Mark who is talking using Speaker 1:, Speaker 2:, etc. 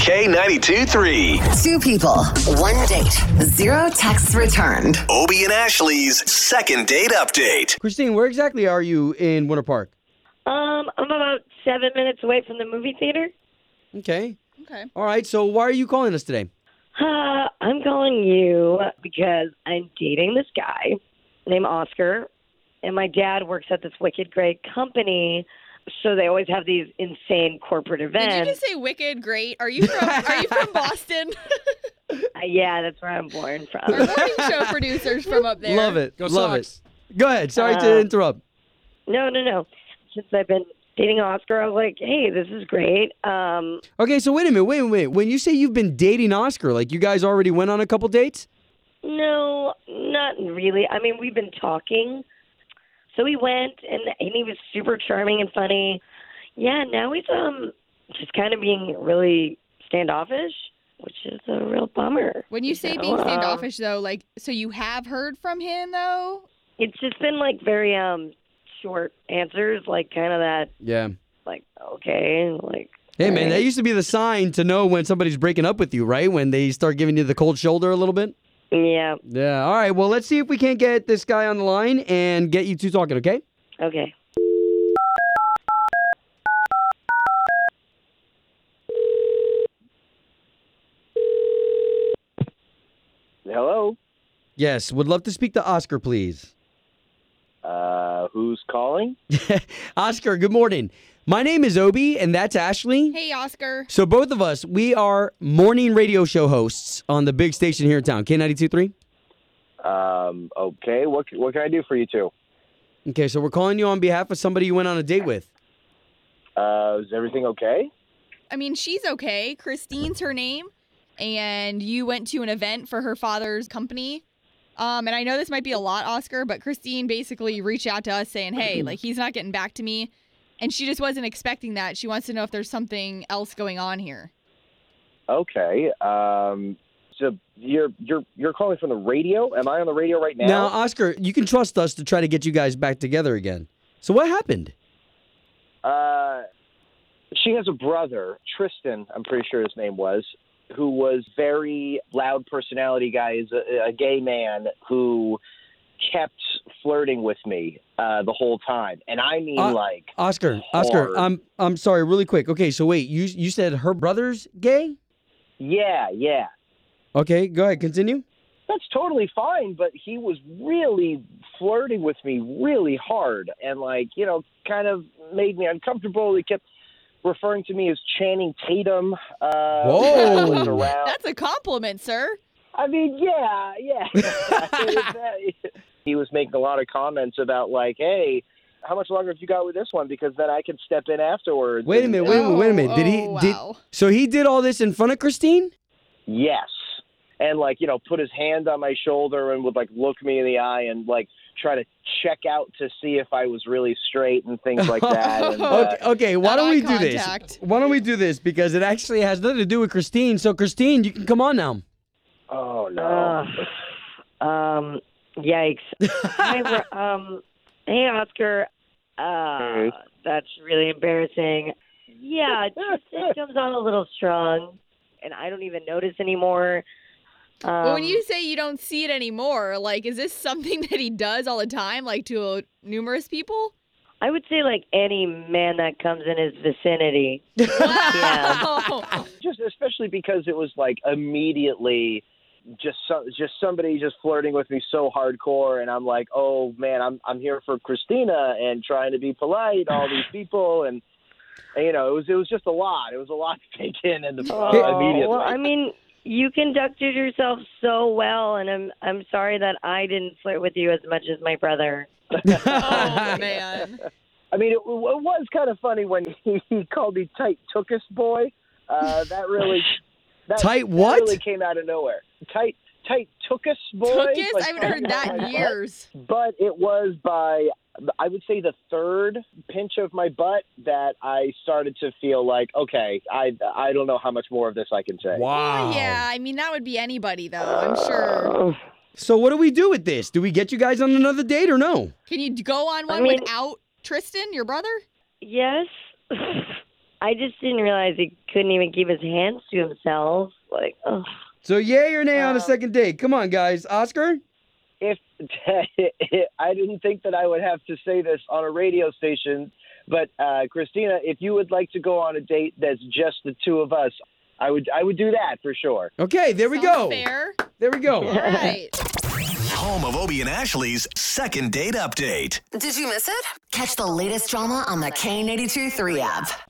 Speaker 1: K92 3.
Speaker 2: Two people, one date, zero texts returned.
Speaker 1: Obie and Ashley's second date update.
Speaker 3: Christine, where exactly are you in Winter Park?
Speaker 4: Um, I'm about seven minutes away from the movie theater.
Speaker 3: Okay.
Speaker 5: Okay.
Speaker 3: All right. So why are you calling us today?
Speaker 4: Uh, I'm calling you because I'm dating this guy named Oscar, and my dad works at this wicked great company. So they always have these insane corporate events.
Speaker 5: Did you just say wicked great? Are you from Are you from Boston?
Speaker 4: Uh, yeah, that's where I'm born
Speaker 5: Our
Speaker 4: from.
Speaker 5: morning show producers from up there.
Speaker 3: Love it.
Speaker 6: Go
Speaker 3: Love
Speaker 6: Sox.
Speaker 3: it. Go ahead. Sorry to
Speaker 4: Uh,
Speaker 3: interrupt.
Speaker 4: no, no, no. Since I've been dating Oscar, I was like, hey, this is great. Um,
Speaker 3: Okay. So wait a minute. Wait a minute. When you say you've been dating Oscar, like you guys already went on a couple dates?
Speaker 4: No, not really. I mean, we've been talking. So we went, and and he was super charming and funny. Yeah, now he's um just kind of being really standoffish, which is a real bummer.
Speaker 5: When you say
Speaker 4: know,
Speaker 5: being
Speaker 4: um,
Speaker 5: standoffish, though, like, so you have heard from him, though?
Speaker 4: it's just been like very um short answers, like kind of that,
Speaker 3: Yeah.
Speaker 4: like okay, like
Speaker 3: Hey man,
Speaker 4: alright.
Speaker 3: that used to be the sign to know when somebody's breaking up with you, right? When they start giving you the cold shoulder a little bit.
Speaker 4: yeah,
Speaker 3: Yeah. All right. Well, let's see if we can't get this guy on the line and get you two talking. Okay.
Speaker 4: okay.
Speaker 7: Hello.
Speaker 3: Yes. Would love to speak to Oscar, please.
Speaker 7: Uh, who's calling?
Speaker 3: Oscar, good morning. My name is Obi, and that's Ashley.
Speaker 5: Hey, Oscar.
Speaker 3: So both of us, we are morning radio show hosts on the big station here in town, K92.3.
Speaker 7: Um, okay. What what can I do for you two?
Speaker 3: Okay, so we're calling you on behalf of somebody you went on a date with.
Speaker 7: Uh, is everything okay?
Speaker 5: I mean, she's okay. Christine's her name. And you went to an event for her father's company. Um, and I know this might be a lot, Oscar, but Christine basically reached out to us saying, hey, like, he's not getting back to me. And she just wasn't expecting that. She wants to know if there's something else going on here.
Speaker 7: Okay. Um, so you're you're you're calling from the radio? Am I on the radio right now?
Speaker 3: Now, Oscar, you can trust us to try to get you guys back together again. So what happened?
Speaker 7: Uh, she has a brother, Tristan. I'm pretty sure his name was, who was very loud personality guy. Is a, a gay man who kept flirting with me uh, the whole time, and I mean
Speaker 3: Uh,
Speaker 7: like
Speaker 3: Oscar, Oscar,
Speaker 7: Hard.
Speaker 3: I'm I'm sorry, really quick. Okay, so wait, you you said her brother's gay?
Speaker 7: yeah, yeah.
Speaker 3: Okay, go ahead, continue.
Speaker 7: that's totally fine but he was really flirting with me really hard and like you know kind of made me uncomfortable he kept referring to me as channing tatum uh when I
Speaker 3: Whoa.
Speaker 7: was around.
Speaker 5: That's a compliment, sir.
Speaker 7: i mean yeah yeah It was that- he was making a lot of comments about like hey how much longer have you got with this one because then i can step in afterwards
Speaker 3: Wait a
Speaker 7: and-
Speaker 3: minute, wait a minute, wait a minute. Did he
Speaker 5: Oh,
Speaker 3: did
Speaker 5: wow.
Speaker 3: so he did all this in front of Christine?
Speaker 7: yes and like you know put his hand on my shoulder and would like look me in the eye and like try to check out to see if i was really straight and things like that and, uh,
Speaker 3: Okay, okay why
Speaker 5: That
Speaker 3: don't
Speaker 5: eye
Speaker 3: we do this?
Speaker 5: contact.
Speaker 3: Why don't we do this? Because it actually has nothing to do with Christine. So Christine, you can come on now.
Speaker 7: oh no
Speaker 4: Uh, um, yikes. Hi, Ro- um, hey, Oscar. Uh,
Speaker 7: Hey.
Speaker 4: that's really embarrassing. Yeah, Tristan comes on a little strong, and I don't even notice anymore. Um,
Speaker 5: Well, when you say you don't see it anymore, like, is this something that he does all the time, like to uh, numerous people?
Speaker 4: I would say like any man that comes in his vicinity.
Speaker 5: Wow.
Speaker 7: just especially because it was like immediately just so, just somebody just flirting with me so hardcore and I'm like, "Oh man, I'm I'm here for Christina and trying to be polite to all these people and, and, you know, it was it was just a lot. It was a lot to take in and the
Speaker 4: Oh,
Speaker 7: immediately.
Speaker 4: well, I mean, you conducted yourself so well, and I'm I'm sorry that I didn't flirt with you as much as my brother.
Speaker 5: Oh, man.
Speaker 7: I mean, it, it was kind of funny when he, he called me tight tookus boy. Uh, that really that,
Speaker 3: Tight
Speaker 7: that
Speaker 3: what?
Speaker 7: really came out of nowhere. Tight tight tookus boy.
Speaker 5: Tookus?
Speaker 7: Like,
Speaker 5: I haven't heard that in years.
Speaker 7: But it was by I would say the third pinch of my butt that I started to feel like okay, I I don't know how much more of this I can say.
Speaker 3: Wow.
Speaker 5: Yeah, I mean, that would be anybody, though, I'm
Speaker 4: Uh,
Speaker 5: sure.
Speaker 3: So what do we do with this? Do we get you guys on another date or no?
Speaker 5: Can you go on
Speaker 4: I
Speaker 5: one
Speaker 4: mean-
Speaker 5: without Tristan, your brother?
Speaker 4: Yes. I just didn't realize he couldn't even keep his hands to himself. Like, oh,
Speaker 3: So yay or nay on a
Speaker 4: Wow.
Speaker 3: second date? Come on, guys. Oscar.
Speaker 7: if I didn't think that I would have to say this on a radio station, but uh, Christina, if you would like to go on a date that's just the two of us, I would I would do that for sure.
Speaker 3: Okay, there we
Speaker 5: Sounds
Speaker 3: go.
Speaker 5: Fair.
Speaker 3: There we go.
Speaker 5: All right.
Speaker 1: Home of Obie and Ashley's second date update.
Speaker 2: Did you miss it? Catch the latest drama on the K82 3 app.